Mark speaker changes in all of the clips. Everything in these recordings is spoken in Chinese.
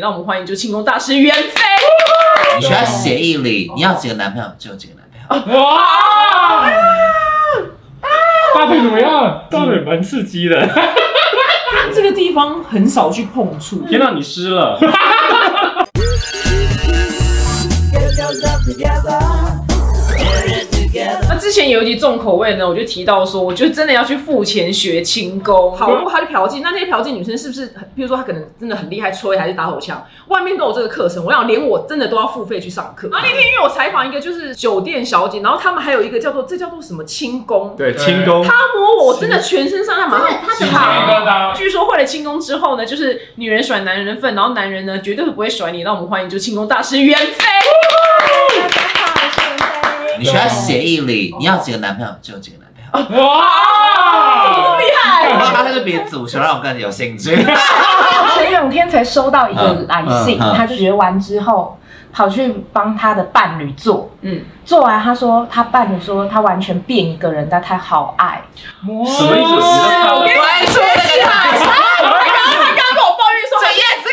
Speaker 1: 让我们欢迎就庆功大师袁飞。
Speaker 2: 你需要协议里，你要几个男朋友就有几个男朋友。
Speaker 3: 哇！大腿怎么样？大腿蛮刺激的。
Speaker 1: 这个地方很少去碰触，
Speaker 3: 天哪，你 湿了！
Speaker 1: 那之前有一集重口味呢，我就提到说，我觉得真的要去付钱学轻功，好，如果他去嫖妓，那那些嫖妓女生是不是很，比如说她可能真的很厉害，吹还是打手枪，外面都有这个课程，我想连我真的都要付费去上课。然后那天因为我采访一个就是酒店小姐，然后他们还有一个叫做这叫做什么轻功，
Speaker 4: 对，轻功
Speaker 1: 她摸我，我真的全身上下马上
Speaker 5: 真的她怎么
Speaker 1: 烫
Speaker 3: 的啊
Speaker 1: 据说会了轻功之后呢，就是女人甩男人的份，然后男人呢绝对不会甩你。让我们欢迎就轻功大师袁飞。
Speaker 2: 你需要协议里，你要几个男朋友就有几个男朋友。
Speaker 3: 哇！
Speaker 1: 厉害！
Speaker 2: 他那个别组成让我更有兴趣。
Speaker 5: 前两天才收到一个来信，
Speaker 2: 嗯嗯嗯
Speaker 5: 他学完之后跑去帮他的伴侣做，
Speaker 1: 嗯，
Speaker 5: 做完他说他伴侣说他完全变一个人，但他好爱，
Speaker 3: 什么意
Speaker 1: 呃
Speaker 3: 思？
Speaker 1: 你说起来，他刚跟我抱怨说，这叶子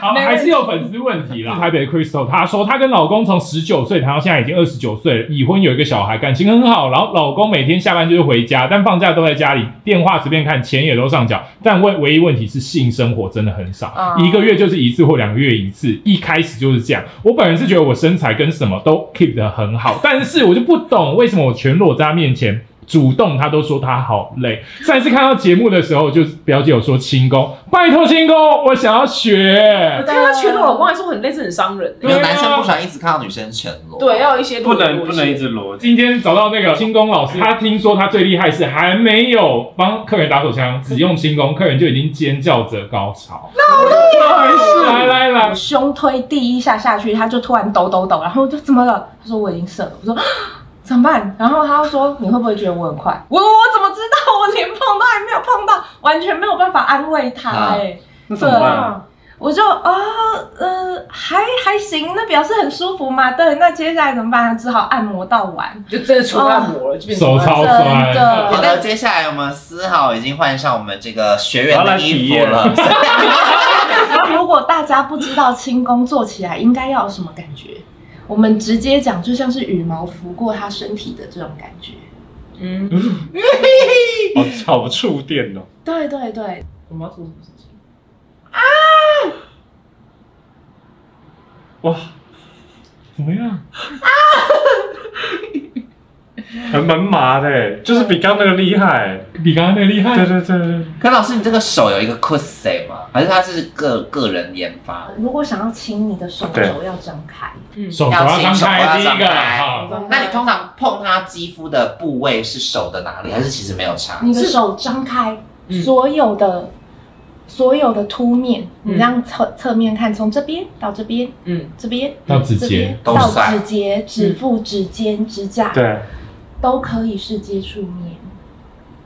Speaker 6: 好，还是有粉丝问题啦。台北的 Crystal 她说，她跟老公从十九岁谈到现在已经二十九岁了，已婚有一个小孩，感情很好。然后老公每天下班就是回家，但放假都在家里，电话随便看，钱也都上缴。但问唯一问题是性生活真的很少，
Speaker 5: 哦
Speaker 6: 一个月就是一次或两个月一次。一开始就是这样。我本人是觉得我身材跟什么都 keep 得很好，但是我就不懂为什么我全裸在他面前。主动，他都说他好累。上一次看到节目的时候，就是表姐有说轻功，拜托轻功，我想要学。
Speaker 1: 看他全裸，老公还说很累，这很伤人。
Speaker 2: 有男生不喜欢一直看到女生全裸。
Speaker 1: 对，要有一些
Speaker 3: 不能不能一直裸。
Speaker 6: 今天找到那个轻功老师，他听说他最厉害是还没有帮客人打手枪，只用轻功，客人就已经尖叫着高潮。那没事，来来来
Speaker 5: 我，胸推第一下下去，他就突然抖抖抖，然后我就怎么了？他说我已经射了，我说。 啊怎么办？然后他又说：“你会不会觉得我很快？”我我怎么知道？我连碰都还没有碰到，完全没有办法安慰他、
Speaker 2: 啊
Speaker 5: 哎、
Speaker 3: 那怎
Speaker 5: 对
Speaker 3: 么办？
Speaker 5: 啊，我就啊、呃还还行，那表示很舒服嘛。对，那接下来怎么办？只好按摩到完。
Speaker 1: 就真的出按摩了，就变成
Speaker 6: 手超
Speaker 5: 真
Speaker 6: 酸。
Speaker 2: 好
Speaker 5: 的，
Speaker 2: 的，接下来我们思豪已经换上我们这个学院
Speaker 3: 我要
Speaker 2: 的
Speaker 3: 来体
Speaker 2: 衣服
Speaker 3: 验
Speaker 2: 了，
Speaker 5: 如果大家不知道轻功做起来应该要有什么感觉，我们直接讲，就像是羽毛拂过他身体的这种感觉。
Speaker 1: 嗯，
Speaker 3: 好好触电哦！
Speaker 5: 对对对，
Speaker 1: 我们要做什么事情？
Speaker 3: 哇，
Speaker 6: 怎么样？
Speaker 3: 还蛮麻的，就是比刚那个厉害。
Speaker 6: 比刚刚那个厉害
Speaker 3: 对。对对对，
Speaker 2: 可老师，你这 个手有一个 c u s s 吗？还是它是个个人研发的？
Speaker 5: 如果想要亲你的手
Speaker 3: 对
Speaker 5: 肘要张开，
Speaker 6: 手肘要啊张开，第一个好。
Speaker 5: 嗯
Speaker 1: 嗯
Speaker 2: 那你通常碰它肌肤的部位是手的哪里？还是其实没有差？
Speaker 5: 你的手张开，
Speaker 1: 嗯
Speaker 5: 所有的所有的凸面，
Speaker 1: 嗯
Speaker 5: 你让侧侧面看，从这边到这边，
Speaker 1: 嗯，
Speaker 5: 这边
Speaker 6: 到指
Speaker 5: 这
Speaker 6: 节
Speaker 5: 边
Speaker 2: 都
Speaker 5: 到
Speaker 2: 算
Speaker 5: 指节、指腹、指尖、指甲，
Speaker 3: 对，
Speaker 5: 都可以是接触面。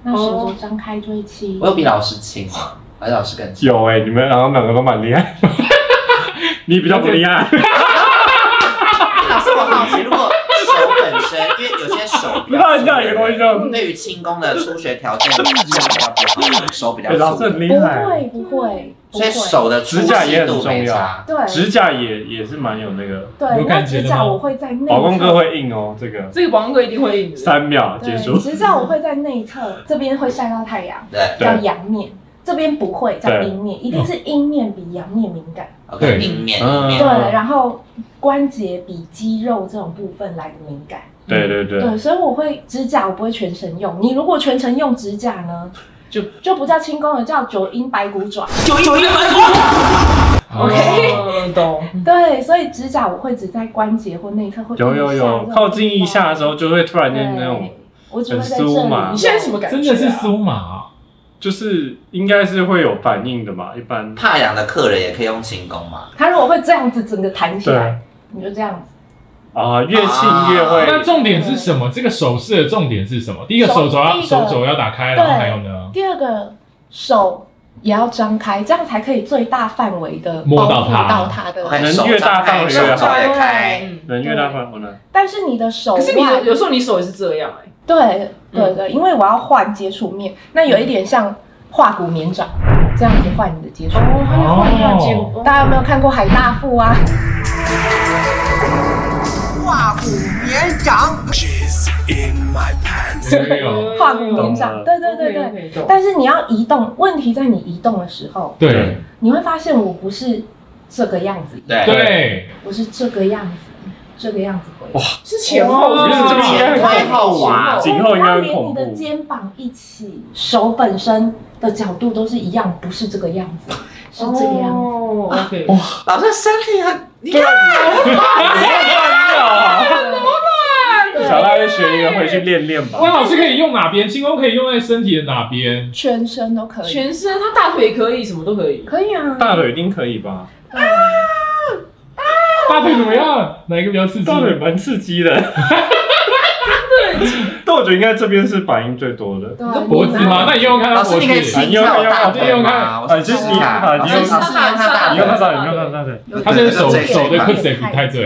Speaker 5: 那手肘张开就会亲
Speaker 2: 我，有比老师轻吗？还是老师更轻？
Speaker 3: 有哎，你们然后两个都蛮厉害。你比较不厉害，
Speaker 2: 老师，我好奇，如果手本身，因为有些手比较粗的人，对于轻功的初学条件手比较不好，手比较
Speaker 3: 哎 老
Speaker 2: 粗
Speaker 3: 师很
Speaker 5: 不
Speaker 3: 厉害，
Speaker 5: 会不会，不
Speaker 3: 嗯
Speaker 2: 所以
Speaker 5: 会。
Speaker 2: 手的粗细度没差。
Speaker 5: 对
Speaker 3: 指甲也也是蛮有那个。
Speaker 5: 对，
Speaker 6: 有
Speaker 5: 那
Speaker 6: 感觉
Speaker 5: 指
Speaker 6: 的
Speaker 5: 甲
Speaker 6: 吗
Speaker 5: 我会在内侧，
Speaker 3: 老公哥会硬哦，这个
Speaker 1: 这个保安哥一定会硬的。
Speaker 3: 三秒结束
Speaker 5: 对，。指甲我会在内侧，这边会晒到太阳，
Speaker 2: 对
Speaker 5: 叫
Speaker 3: 对
Speaker 5: 阳面。这边不会叫
Speaker 3: 对
Speaker 5: 阴面，一定是阴面比阳面敏感。
Speaker 2: ，OK，硬面，硬
Speaker 3: 嗯
Speaker 5: 对，
Speaker 2: 面。
Speaker 5: 然后关节比肌肉这种部分来的敏感。
Speaker 3: 对对对，
Speaker 5: 对，所以我会指甲，我不会全程用。你如果全程用指甲呢，
Speaker 1: 就
Speaker 5: 就不叫轻功了，叫九阴白骨爪。
Speaker 1: 九九一分，OK，懂。
Speaker 6: 哦
Speaker 1: 哦
Speaker 5: 对，所以指甲我会只在关节或内侧会
Speaker 3: 嗯有有有，靠近一下的时
Speaker 5: 候，
Speaker 3: 候就会突然间那
Speaker 5: 对
Speaker 3: 种，，
Speaker 5: 我只会在这
Speaker 3: 很酥
Speaker 5: 里
Speaker 3: 嘛
Speaker 5: 用。
Speaker 1: 你现在什么感觉？啊
Speaker 6: 真的是酥麻哦，
Speaker 3: 就是应该是会有反应的嘛，一般。
Speaker 2: 怕痒的客人也可以用轻功嘛？
Speaker 5: 他如果会这样子整个弹起
Speaker 3: 对
Speaker 5: 来，你就这样子。
Speaker 3: 啊，越亲越
Speaker 2: 啊
Speaker 6: 那
Speaker 3: 会。
Speaker 6: 重点是什么？这个手势的重点是什么？第一个手肘要
Speaker 5: 手第一
Speaker 6: 手
Speaker 5: 个
Speaker 6: 肘要打开，然后还有呢，
Speaker 5: 第二个手也要张开，这样才可以最大范围的
Speaker 6: 摸到它
Speaker 5: 到它的。
Speaker 2: OK，手张开，手肘也开，
Speaker 1: 嗯，
Speaker 3: 能越大哦范围呢？
Speaker 5: 但是你的手
Speaker 1: 可是你
Speaker 5: 腕
Speaker 1: 有时候你手也是这样哎，
Speaker 5: 对对对，因为我要换接触面，那有一点像胯骨绵掌，这样子换你的接触。
Speaker 1: 他就哦换下肩
Speaker 6: 哦，
Speaker 5: 大家有没有看过海大富啊？
Speaker 4: 胯骨绵掌。
Speaker 6: 没有，
Speaker 1: 哦
Speaker 5: 胯骨绵
Speaker 3: 懂了
Speaker 1: 嗯
Speaker 5: 掌，对对对对。
Speaker 1: 对对，
Speaker 5: 但是你要移动，问题在你移动的时候，
Speaker 6: 对
Speaker 5: 你会发现我不是这个样子，
Speaker 2: 对
Speaker 6: 对，
Speaker 5: 我是这个样子，这个样子回。哇，
Speaker 1: 是前后，
Speaker 3: 哦
Speaker 1: 是不是
Speaker 2: 前太后啊，
Speaker 3: 颈
Speaker 5: 哦
Speaker 3: 后应该很
Speaker 5: 连你
Speaker 3: 恐怖
Speaker 5: 的肩膀一起，手本身的角度都是一样，不是这个样子，是这个样子。
Speaker 1: 哦，OK，
Speaker 2: 老师身体很，你看
Speaker 1: 哦
Speaker 3: 小大就学一个，回去练练
Speaker 6: 哇，
Speaker 3: 吧。
Speaker 6: 老师可以用哪边？轻功可以用在身体的哪 边？
Speaker 5: 全身都可以，
Speaker 1: 全身，他大腿可以，什么都可以。
Speaker 5: 可以啊。
Speaker 3: 大腿一定可以吧？
Speaker 5: 对啊
Speaker 6: 大腿怎么样？哪一个比 较刺激？
Speaker 3: 大腿蛮刺激的，但我觉得应该这边是反应最多的。
Speaker 5: 对啊
Speaker 6: 脖子吗？那你用用看他
Speaker 2: 老
Speaker 6: 脖子
Speaker 2: 师，你可以试一下我大腿吗？我试试看，老师你试试看他大
Speaker 3: 你看
Speaker 2: 腿
Speaker 3: 他。大腿，你看他大腿，
Speaker 6: 他这是手
Speaker 2: 对
Speaker 6: 手的
Speaker 2: 对
Speaker 6: c
Speaker 2: 对
Speaker 6: u s 不太对，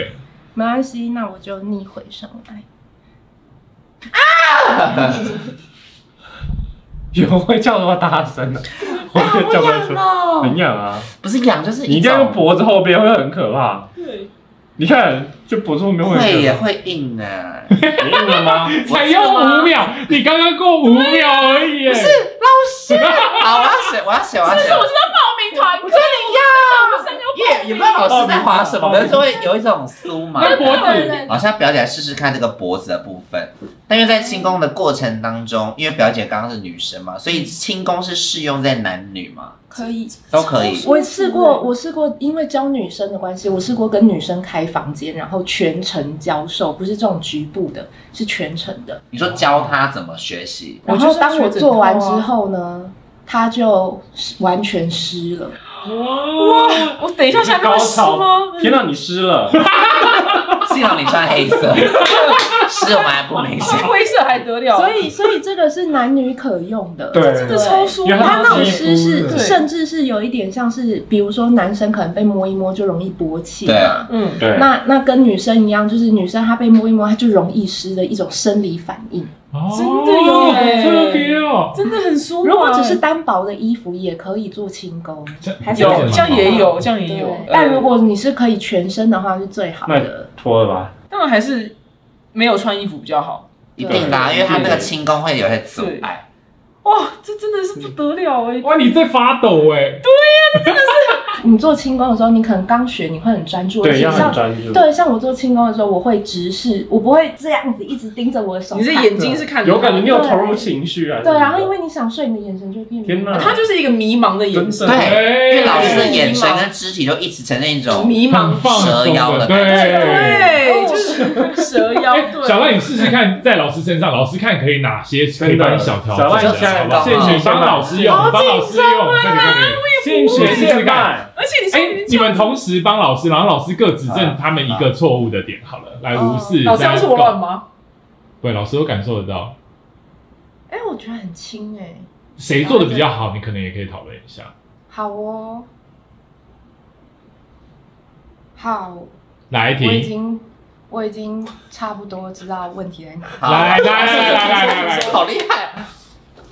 Speaker 5: 没关系，那我就逆回上来。
Speaker 3: 有人会叫那么大声的，我就叫不出来，
Speaker 5: 哦
Speaker 3: 很痒啊！
Speaker 2: 不是痒就是
Speaker 3: 你这样用脖子后边会很可怕。
Speaker 1: 对，
Speaker 3: 你看，就脖子后面会很
Speaker 2: 会也
Speaker 3: 可
Speaker 2: 会硬呢。
Speaker 3: 怕，你硬了 吗？
Speaker 6: 才哦用五秒，你刚刚过五秒而已耶。
Speaker 2: 好，我要写，我要写，我要写。
Speaker 1: 报名团，我觉
Speaker 2: 也也不知道老师在滑什么，就会有一种酥麻
Speaker 6: 那
Speaker 2: 感。
Speaker 6: 脖
Speaker 5: 对
Speaker 6: 子，
Speaker 5: 对
Speaker 2: 好像表姐来试试看这个脖子的部分，但因为在轻功的过程当中，因为表姐刚刚是女生嘛，所以轻功是适用在男女嘛，
Speaker 5: 可以。
Speaker 2: 都可以。
Speaker 5: 我试过，我试过，因为教女生的关系，我试过跟女生开房间，然后全程教授，不是这种局部的，是全程的。
Speaker 2: 你说教她怎么学习？
Speaker 5: 然
Speaker 1: 我就
Speaker 5: 后
Speaker 1: 是
Speaker 5: 当我
Speaker 1: 学整
Speaker 5: 做完之
Speaker 1: 套啊
Speaker 5: 后呢，她就完全湿了。
Speaker 1: 得哇，我等一下下面会湿吗？
Speaker 3: 天哪，你湿了！
Speaker 2: 幸好你穿黑色，是我们还不明显。
Speaker 1: 穿灰色还得了？
Speaker 5: 所以，所以这个是男女可用的。
Speaker 3: 对，
Speaker 1: 真的超舒服
Speaker 3: 原。来
Speaker 5: 它那种
Speaker 3: 肌
Speaker 5: 湿
Speaker 3: 肤
Speaker 5: 是，
Speaker 3: 对
Speaker 5: 甚至是有一点像是，比如说男生可能被摸一摸就容易勃起
Speaker 2: 对啊
Speaker 5: 嘛，
Speaker 1: 嗯，
Speaker 3: 对，
Speaker 5: 那那跟女生一样，就是女生她被摸一摸，她就容易湿的一种生理反应。
Speaker 1: 真的有耶
Speaker 6: 好特别哦。
Speaker 1: 真的很舒服。
Speaker 3: 啊
Speaker 1: 啊
Speaker 5: 如果只是单薄的衣服，也可以做轻功，还是
Speaker 1: 有，这样也有，这样也有
Speaker 3: 呃
Speaker 1: 呃
Speaker 5: 对。。但如果你是可以全身的话，是最好
Speaker 3: 那
Speaker 5: 的。
Speaker 3: 脱了吧，
Speaker 1: 当然还是没有穿衣服比较好。
Speaker 2: 一定的啊，因为他那个轻功会有些阻碍。
Speaker 1: 哇，这真的是不得了哎！
Speaker 6: 哇，你在发抖哎！
Speaker 5: 你做轻功的时候，你可能刚学，你会很专注，而
Speaker 3: 对，
Speaker 5: 且
Speaker 3: 要很
Speaker 5: 像
Speaker 3: 专注。
Speaker 5: 对像我做轻功的时候，我会直视，我不会这样子一直盯着我的手
Speaker 1: 你
Speaker 5: 看。
Speaker 1: 这眼睛是看着
Speaker 3: 有感觉，你有
Speaker 5: 对
Speaker 3: 投入情绪啊？
Speaker 5: 对，然后因
Speaker 3: 为
Speaker 5: 为你想睡，你的眼神就会变
Speaker 3: 天哪
Speaker 1: 他就是一个迷茫的眼神，
Speaker 2: 对，因为
Speaker 6: 对
Speaker 2: 老师的眼神跟肢体就一直呈现一种
Speaker 1: 迷茫
Speaker 6: 很。放
Speaker 2: 蛇腰
Speaker 6: 松
Speaker 2: 的
Speaker 6: 的，
Speaker 2: 感
Speaker 6: 对。
Speaker 1: 对，就是蛇腰。
Speaker 6: 哎
Speaker 1: 对，
Speaker 6: 哦小赖，你试试看，在老师身上，老师看可以哪些可以
Speaker 3: 真的
Speaker 6: 帮你小调
Speaker 3: 小赖
Speaker 6: 整
Speaker 3: 你现在
Speaker 6: 好不好
Speaker 2: 刚好
Speaker 6: 谢谢帮老师用，帮老师用，快点快点。
Speaker 3: 现学现卖，
Speaker 1: 而且你
Speaker 6: 哎、
Speaker 1: 说
Speaker 6: 你们同时帮老师，然后老师各指正他们一个错误的点，好了，来
Speaker 5: 哦
Speaker 6: 无视。
Speaker 1: 老师要是我
Speaker 6: 乱
Speaker 1: 乱，吗？
Speaker 6: 对，老师都感受得到，
Speaker 5: 哎、我觉得很轻哎、
Speaker 6: 谁做的比较好，你可能也可以讨论一下。
Speaker 5: 好哦，好，
Speaker 6: 哪一
Speaker 5: 我已
Speaker 6: 题？
Speaker 5: 经我已经差不多知道问题在哪。
Speaker 2: 好
Speaker 6: 来来来来来来来，
Speaker 2: 好厉害！啊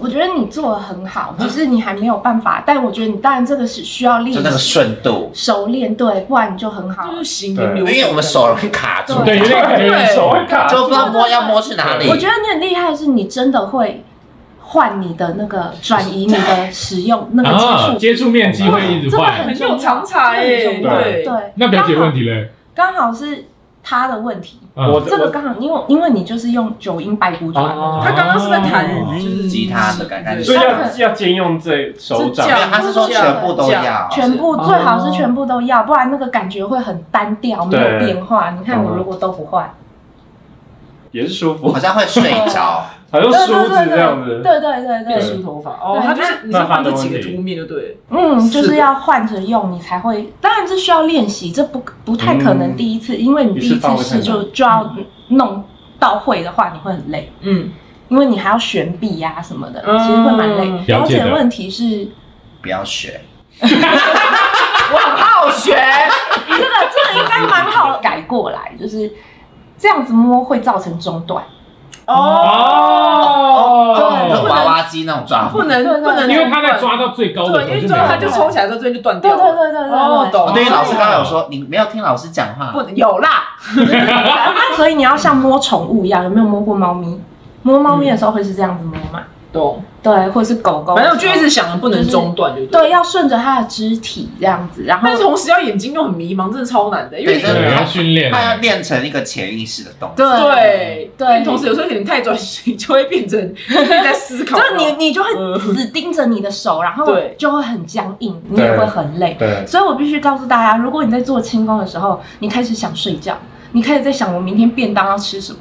Speaker 5: 我觉得你做的很好，只是你还没有办法。但我觉得你当然这个是需要
Speaker 2: 就那
Speaker 5: 练
Speaker 2: 个
Speaker 5: 习、
Speaker 2: 顺度，
Speaker 5: 熟练，对，不然你就很好
Speaker 1: 就。是行云
Speaker 2: 因
Speaker 1: 流水，
Speaker 2: 哎为我们手容易卡住，
Speaker 6: 对，有点感觉
Speaker 1: 对
Speaker 6: 手会卡
Speaker 2: 就不知道摸要摸去哪里。
Speaker 5: 我觉得你很厉害，是你真的会换你的那个转移你的使用那个
Speaker 6: 啊，
Speaker 5: 接触，
Speaker 6: 接触面积会一直
Speaker 5: 真的
Speaker 6: 换。
Speaker 5: 很
Speaker 1: 很有长才耶。
Speaker 5: 真的很
Speaker 3: 对
Speaker 1: 对，
Speaker 5: 对，
Speaker 6: 那表姐问题嘞？
Speaker 5: 刚好是他的问题。
Speaker 6: 嗯
Speaker 3: 我
Speaker 5: 这个刚好，因为因为你就是用九阴白骨爪
Speaker 3: 哦
Speaker 5: 的那种，
Speaker 1: 他刚刚是在弹
Speaker 2: 哦吉他的感觉
Speaker 3: 所以
Speaker 1: 对
Speaker 3: 要要兼用这手
Speaker 1: 这
Speaker 2: 没
Speaker 1: 样
Speaker 2: 有，
Speaker 3: 掌，
Speaker 2: 他是说全部都要，
Speaker 5: 全部
Speaker 6: 哦
Speaker 5: 最好是全部都要，不然那个感觉会很单调，没有
Speaker 3: 对
Speaker 5: 变化。你看我
Speaker 3: 嗯
Speaker 5: 如果都不换，
Speaker 3: 也是舒服
Speaker 2: 好，像会睡着。
Speaker 3: 好像
Speaker 5: 对
Speaker 3: 梳
Speaker 5: 对
Speaker 3: 子
Speaker 5: 对
Speaker 3: 这样子。
Speaker 5: 对对对
Speaker 1: 变
Speaker 5: 对，
Speaker 1: 梳头发哦，
Speaker 5: 对
Speaker 1: 他就是你是
Speaker 3: 那他
Speaker 1: 换
Speaker 3: 的
Speaker 1: 这几
Speaker 3: 问
Speaker 1: 个
Speaker 3: 题
Speaker 1: 凸面就对了。
Speaker 5: 嗯，
Speaker 1: 是的
Speaker 5: 就是要换着用，你才会。当然这需要练习，这不不太可能
Speaker 3: 嗯
Speaker 5: 第一次，因为你第一次试
Speaker 3: 你是发
Speaker 5: 就
Speaker 3: 挥
Speaker 5: 就要弄到会的话，你会很累，
Speaker 1: 嗯，
Speaker 5: 因为你还要选笔呀什么的，
Speaker 1: 嗯
Speaker 5: 其实会蛮累。
Speaker 6: 了
Speaker 5: 而
Speaker 6: 解的
Speaker 5: 且问题是，
Speaker 2: 不要学，
Speaker 1: 好学，
Speaker 5: 这个这个应该蛮好改过来，就是这样子摸会造成中断。
Speaker 1: 哦
Speaker 2: 那种
Speaker 6: 哦，
Speaker 2: 娃娃机那种抓
Speaker 1: 不
Speaker 2: 不，
Speaker 1: 能不能，
Speaker 6: 因为他在抓到最高的
Speaker 1: 对，因为
Speaker 6: 时候就没
Speaker 1: 抓
Speaker 6: 有
Speaker 1: 它就抽起来之后，这边就断
Speaker 5: 对
Speaker 1: 掉
Speaker 5: 对对
Speaker 1: 了。
Speaker 5: 对对，
Speaker 1: 哦懂
Speaker 2: 对于老师刚刚有说，你没有听老师讲话，
Speaker 1: 不能有啦，
Speaker 5: 所以你要像摸宠物一样，有没有摸过猫咪？摸猫咪的时候会是这样子摸嘛？
Speaker 1: 懂。
Speaker 5: 对，或者是狗狗的
Speaker 1: 反
Speaker 5: 时候。
Speaker 1: 正我就一直想着不能中断，就对。
Speaker 5: 对，要顺着它的肢体这样子，然后
Speaker 1: 但是同时要眼睛又很迷茫，真的超难的，因为你
Speaker 2: 对真的
Speaker 6: 对，要训练。啊
Speaker 2: 他要练成一个潜意识的动作。
Speaker 5: 对
Speaker 1: 对
Speaker 5: 对
Speaker 1: 因为同时有时候可能太专心，就会变成一直在思 考。
Speaker 5: 就是你，你就会
Speaker 1: 嗯
Speaker 5: 死盯着你的手，然后
Speaker 1: 对
Speaker 5: 就会很僵硬，你也会很累。
Speaker 3: 对，
Speaker 5: 所以我必须告诉大家，如果你在做轻功的时候，你开始想睡觉，你开始在想我明天便当要吃什么，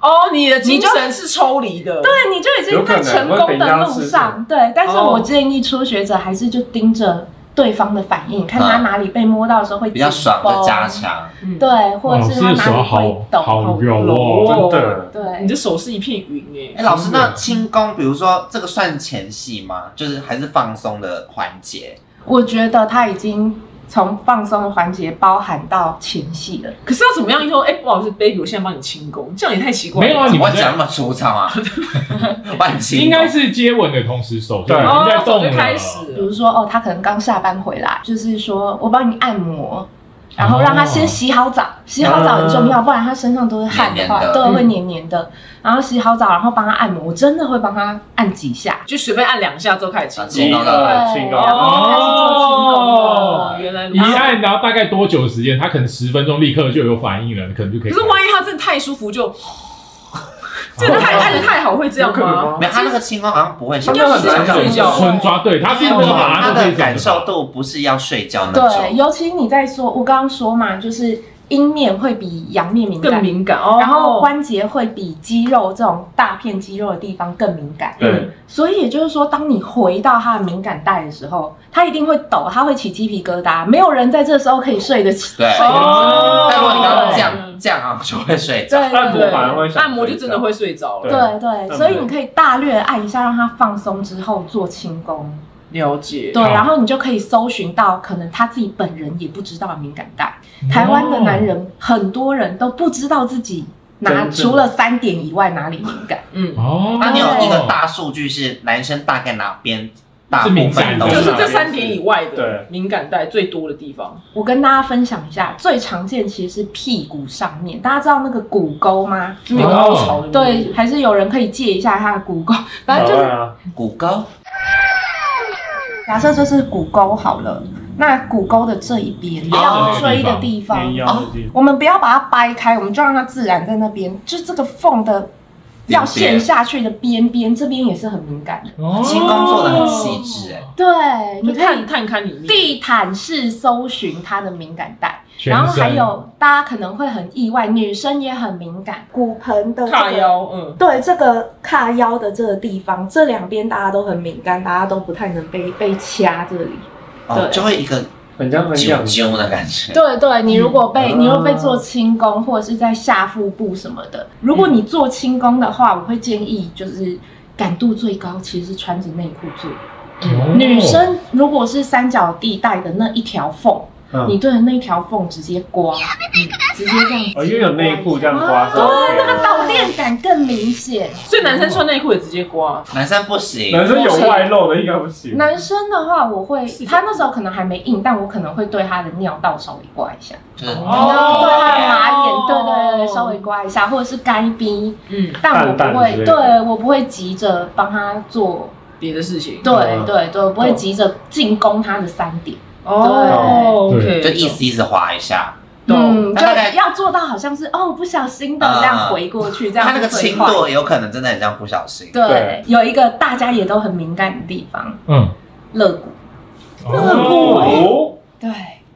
Speaker 1: 哦，你的精神是抽离的，对，
Speaker 5: 对，你就已经在成功的路上。对，但
Speaker 2: 哦
Speaker 5: 是我建议初学者还是就盯着对方的反应，看他哪里被摸到的时候会
Speaker 2: 啊比较
Speaker 5: 紧
Speaker 2: 爽的
Speaker 5: 绷
Speaker 2: 加，强，
Speaker 5: 对，或
Speaker 6: 老
Speaker 5: 者是
Speaker 6: 师
Speaker 5: 他
Speaker 6: 的
Speaker 5: 哪
Speaker 6: 手
Speaker 5: 里会
Speaker 6: 好
Speaker 5: 抖，
Speaker 6: 好柔
Speaker 1: 柔
Speaker 6: 哦，
Speaker 1: 哦
Speaker 3: 真的
Speaker 1: 你
Speaker 5: 对，
Speaker 1: 的手是一片云
Speaker 2: 哎、
Speaker 1: 哎，
Speaker 2: 老师，那轻功，比如说这个算前戏吗？就是还是放松的环节？
Speaker 5: 我觉得他已经从放松的环节包含到前戏了。
Speaker 1: 可是要怎么样说？哎，不好意思，baby，我现在帮你清宫，这样也太奇怪了。
Speaker 6: 没有啊
Speaker 2: 怎
Speaker 6: 你
Speaker 2: 么
Speaker 6: 们
Speaker 2: 会讲那么粗糙啊？万轻功
Speaker 6: 应该是接吻的同时手就
Speaker 3: 对
Speaker 6: 已经在
Speaker 1: 哦，
Speaker 6: 动
Speaker 1: 早
Speaker 6: 了
Speaker 1: 就。开始
Speaker 5: 比
Speaker 1: 了
Speaker 5: 如说哦，他可能刚下班回来，就是说我帮你按摩，然后让他先洗好澡，洗好澡很重要，不然他身上都是汗的话，
Speaker 2: 嗯黏黏的嗯
Speaker 5: 对，会黏黏的。然后洗好澡，然后帮他按摩，我真的会帮他按几下，
Speaker 1: 就随便按两下之后开始
Speaker 2: 啊
Speaker 1: 清
Speaker 2: 轻
Speaker 1: 宫。
Speaker 2: 功的，
Speaker 3: 对
Speaker 5: 对，然后开始做轻功了。
Speaker 1: 哦，原来如
Speaker 6: 一
Speaker 1: 此。
Speaker 6: 按，然后大概多久的时间？他可能十分钟立刻就有反应了，你可能就可以。
Speaker 1: 可是万一他真的太舒服就，真的太按的太好会这样
Speaker 3: 有可能
Speaker 1: 吗
Speaker 3: 吗？
Speaker 2: 没有，他那个轻功好像不会想
Speaker 1: 应该不是想睡觉
Speaker 6: 纯抓对，他是那个麻
Speaker 2: 他
Speaker 6: 的这
Speaker 2: 的
Speaker 6: 种
Speaker 2: 感受度不是要睡觉那
Speaker 5: 对，
Speaker 2: 种。
Speaker 5: 尤其你在说，我刚刚说嘛，就是阴面会比阳面敏
Speaker 1: 更
Speaker 5: 感，
Speaker 1: 敏感哦。
Speaker 5: 然后关节会比肌肉这种大片肌肉的地方更敏感。
Speaker 3: 对，
Speaker 5: 所以也就是说，当你回到他的敏感带的时候，他一定会抖，他会起鸡皮疙瘩，没有人在这时候可以睡得起。
Speaker 2: 对
Speaker 1: 哦，
Speaker 2: 但如果你刚刚这
Speaker 5: 嗯
Speaker 1: 对
Speaker 2: 样这样啊，就会睡着。
Speaker 5: 对
Speaker 3: 按摩
Speaker 5: 对
Speaker 3: 反而会想
Speaker 1: 按摩就真的会睡着了。
Speaker 5: 对对，所以你可以大略按一下，让他放松之后做轻功。
Speaker 1: 了解。
Speaker 5: 对，
Speaker 6: 好
Speaker 5: 然后你就可以搜寻到可能他自己本人也不知道的敏感带。台湾的男人很多人都不知道自己哪
Speaker 3: 真正的
Speaker 5: 除了三点以外哪里敏感。
Speaker 1: 嗯，
Speaker 6: 哦。
Speaker 2: 那你有一个大数据是男生大概哪边大
Speaker 6: 是
Speaker 2: 部
Speaker 6: 敏感
Speaker 2: 分都
Speaker 6: 的
Speaker 1: 就是
Speaker 2: 是
Speaker 1: 这三点以外的
Speaker 3: 对
Speaker 1: 敏感带最多的地方。
Speaker 5: 我跟大家分享一下，最常见其实是屁股上面，大家知道那个骨沟吗？
Speaker 1: 就没有
Speaker 3: 哦
Speaker 1: 高潮的。
Speaker 5: 对，，还是有人可以借一下他的骨沟，反正就是
Speaker 3: 啊，
Speaker 2: 骨沟，
Speaker 5: 假设这是骨沟好了，那骨沟的这一边，
Speaker 6: 腰
Speaker 5: 腰
Speaker 6: 的
Speaker 5: 椎
Speaker 6: 那
Speaker 5: 的
Speaker 6: 个
Speaker 5: 地方
Speaker 3: 鸳，鸯的地
Speaker 5: 我们不要把它掰开，我们就让它自然在那边，就这个缝的要陷下去的边边，这边也是很敏感的。
Speaker 2: 轻功做的很细致哎。
Speaker 5: 对，
Speaker 1: 就
Speaker 5: 你可以
Speaker 1: 探探勘里面。
Speaker 5: 地毯式搜寻它的敏感带，
Speaker 6: 全身
Speaker 5: 然后还有大家可能会很意外，女生也很敏感，骨盆的这个
Speaker 1: 卡。腰，嗯，
Speaker 5: 对这个卡腰的这个地方，这两边大家都很敏感，大家都不太能被被掐这里。
Speaker 2: 哦，就会一个
Speaker 3: 很像很
Speaker 2: 揪
Speaker 3: 痒，
Speaker 2: 揪的感觉。
Speaker 5: 对对，你如果被、
Speaker 3: 嗯
Speaker 5: 你如果被做轻功或者是在下腹部什么的，如果你做轻功的话，我会建议就是感度最高其实是穿着内裤做。
Speaker 6: 哦
Speaker 3: 哦
Speaker 5: 女生如果是三角地带的那一条缝，
Speaker 3: 嗯
Speaker 5: 你对着那条缝直接刮，嗯直接这样子。
Speaker 3: 哦，因为有内裤这样刮嗯
Speaker 5: 对，那
Speaker 3: 上
Speaker 5: 个导电感更明显。
Speaker 1: 所以男生穿内裤也直接刮，
Speaker 2: 男生不行，
Speaker 3: 男生有外露的应该不行。
Speaker 5: 男生的话，我会
Speaker 1: 是的
Speaker 5: 他那时候可能还没硬，但我可能会对他的尿道稍微刮一下，
Speaker 2: 就是
Speaker 6: 哦
Speaker 5: 然后对他的
Speaker 1: 嘛
Speaker 5: 马眼，对对对，稍微刮一下，或者是该逼，
Speaker 1: 嗯，
Speaker 5: 但我
Speaker 3: 哦淡
Speaker 5: 不
Speaker 3: 淡之
Speaker 5: 会，
Speaker 3: 类的
Speaker 5: 对我不会急着帮他做，
Speaker 1: 别的事情。
Speaker 5: 对
Speaker 3: 嗯
Speaker 5: 对对，我不会急着进攻他的三点，
Speaker 1: 哦
Speaker 6: 对
Speaker 1: ，OK，
Speaker 2: 就一丝一丝划一下。
Speaker 1: 懂。
Speaker 5: 嗯，就
Speaker 2: 大概
Speaker 5: 要做到好像是哦不小心的
Speaker 2: 啊
Speaker 5: 这样回过去，这样
Speaker 2: 他那个
Speaker 5: 最
Speaker 2: 轻
Speaker 5: 快
Speaker 2: 度有可能真的很像不小心。
Speaker 5: 对
Speaker 3: 对，
Speaker 5: 有一个大家也都很敏感的地方，
Speaker 6: 嗯，
Speaker 5: 肋骨，
Speaker 3: 哦，
Speaker 5: 对，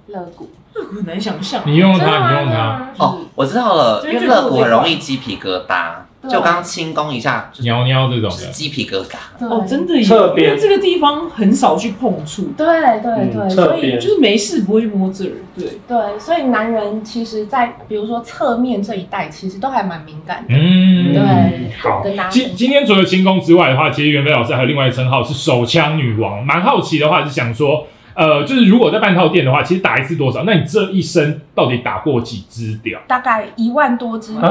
Speaker 5: 肋骨，
Speaker 1: 很难想象。
Speaker 6: 你用
Speaker 5: 真的
Speaker 6: 它，
Speaker 5: 吗
Speaker 6: 你用它，
Speaker 2: 哦，，我知道了，
Speaker 1: 就是
Speaker 2: 因为肋骨很容易鸡皮疙瘩，
Speaker 5: 对
Speaker 2: 就刚轻功一下就
Speaker 6: 喵喵这种
Speaker 2: 就是
Speaker 6: 的，
Speaker 2: 鸡皮疙瘩。
Speaker 5: 对
Speaker 1: 哦，真的耶，
Speaker 3: 侧边
Speaker 1: 因为这个地方很少去碰触，
Speaker 5: 对对对，
Speaker 3: 嗯
Speaker 5: 所
Speaker 3: 侧
Speaker 5: 以
Speaker 3: 边
Speaker 1: 就是没事不会去摸这儿。对，
Speaker 5: 对，所以男人其实在比如说侧面这一带，其实都还蛮敏感的，
Speaker 6: 嗯，
Speaker 5: 对
Speaker 6: 好
Speaker 5: 跟大。家
Speaker 6: 今今天除了轻功之外的话，其实袁飞老师还有另外一个称号是手枪女王。蛮好奇的话，是想说，呃，就是如果在半套店的话，其实打一次多少？那你这一生到底打过几支屌？
Speaker 5: 大概一万多只。
Speaker 3: 啊，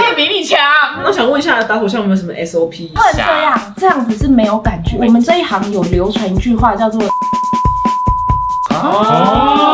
Speaker 1: 可以比你强。啊那我想问一下，打火枪有没有什么 SOP？
Speaker 5: 不能这样，这样子是没有感觉。我们这一行有流传一句话叫做
Speaker 2: 哦，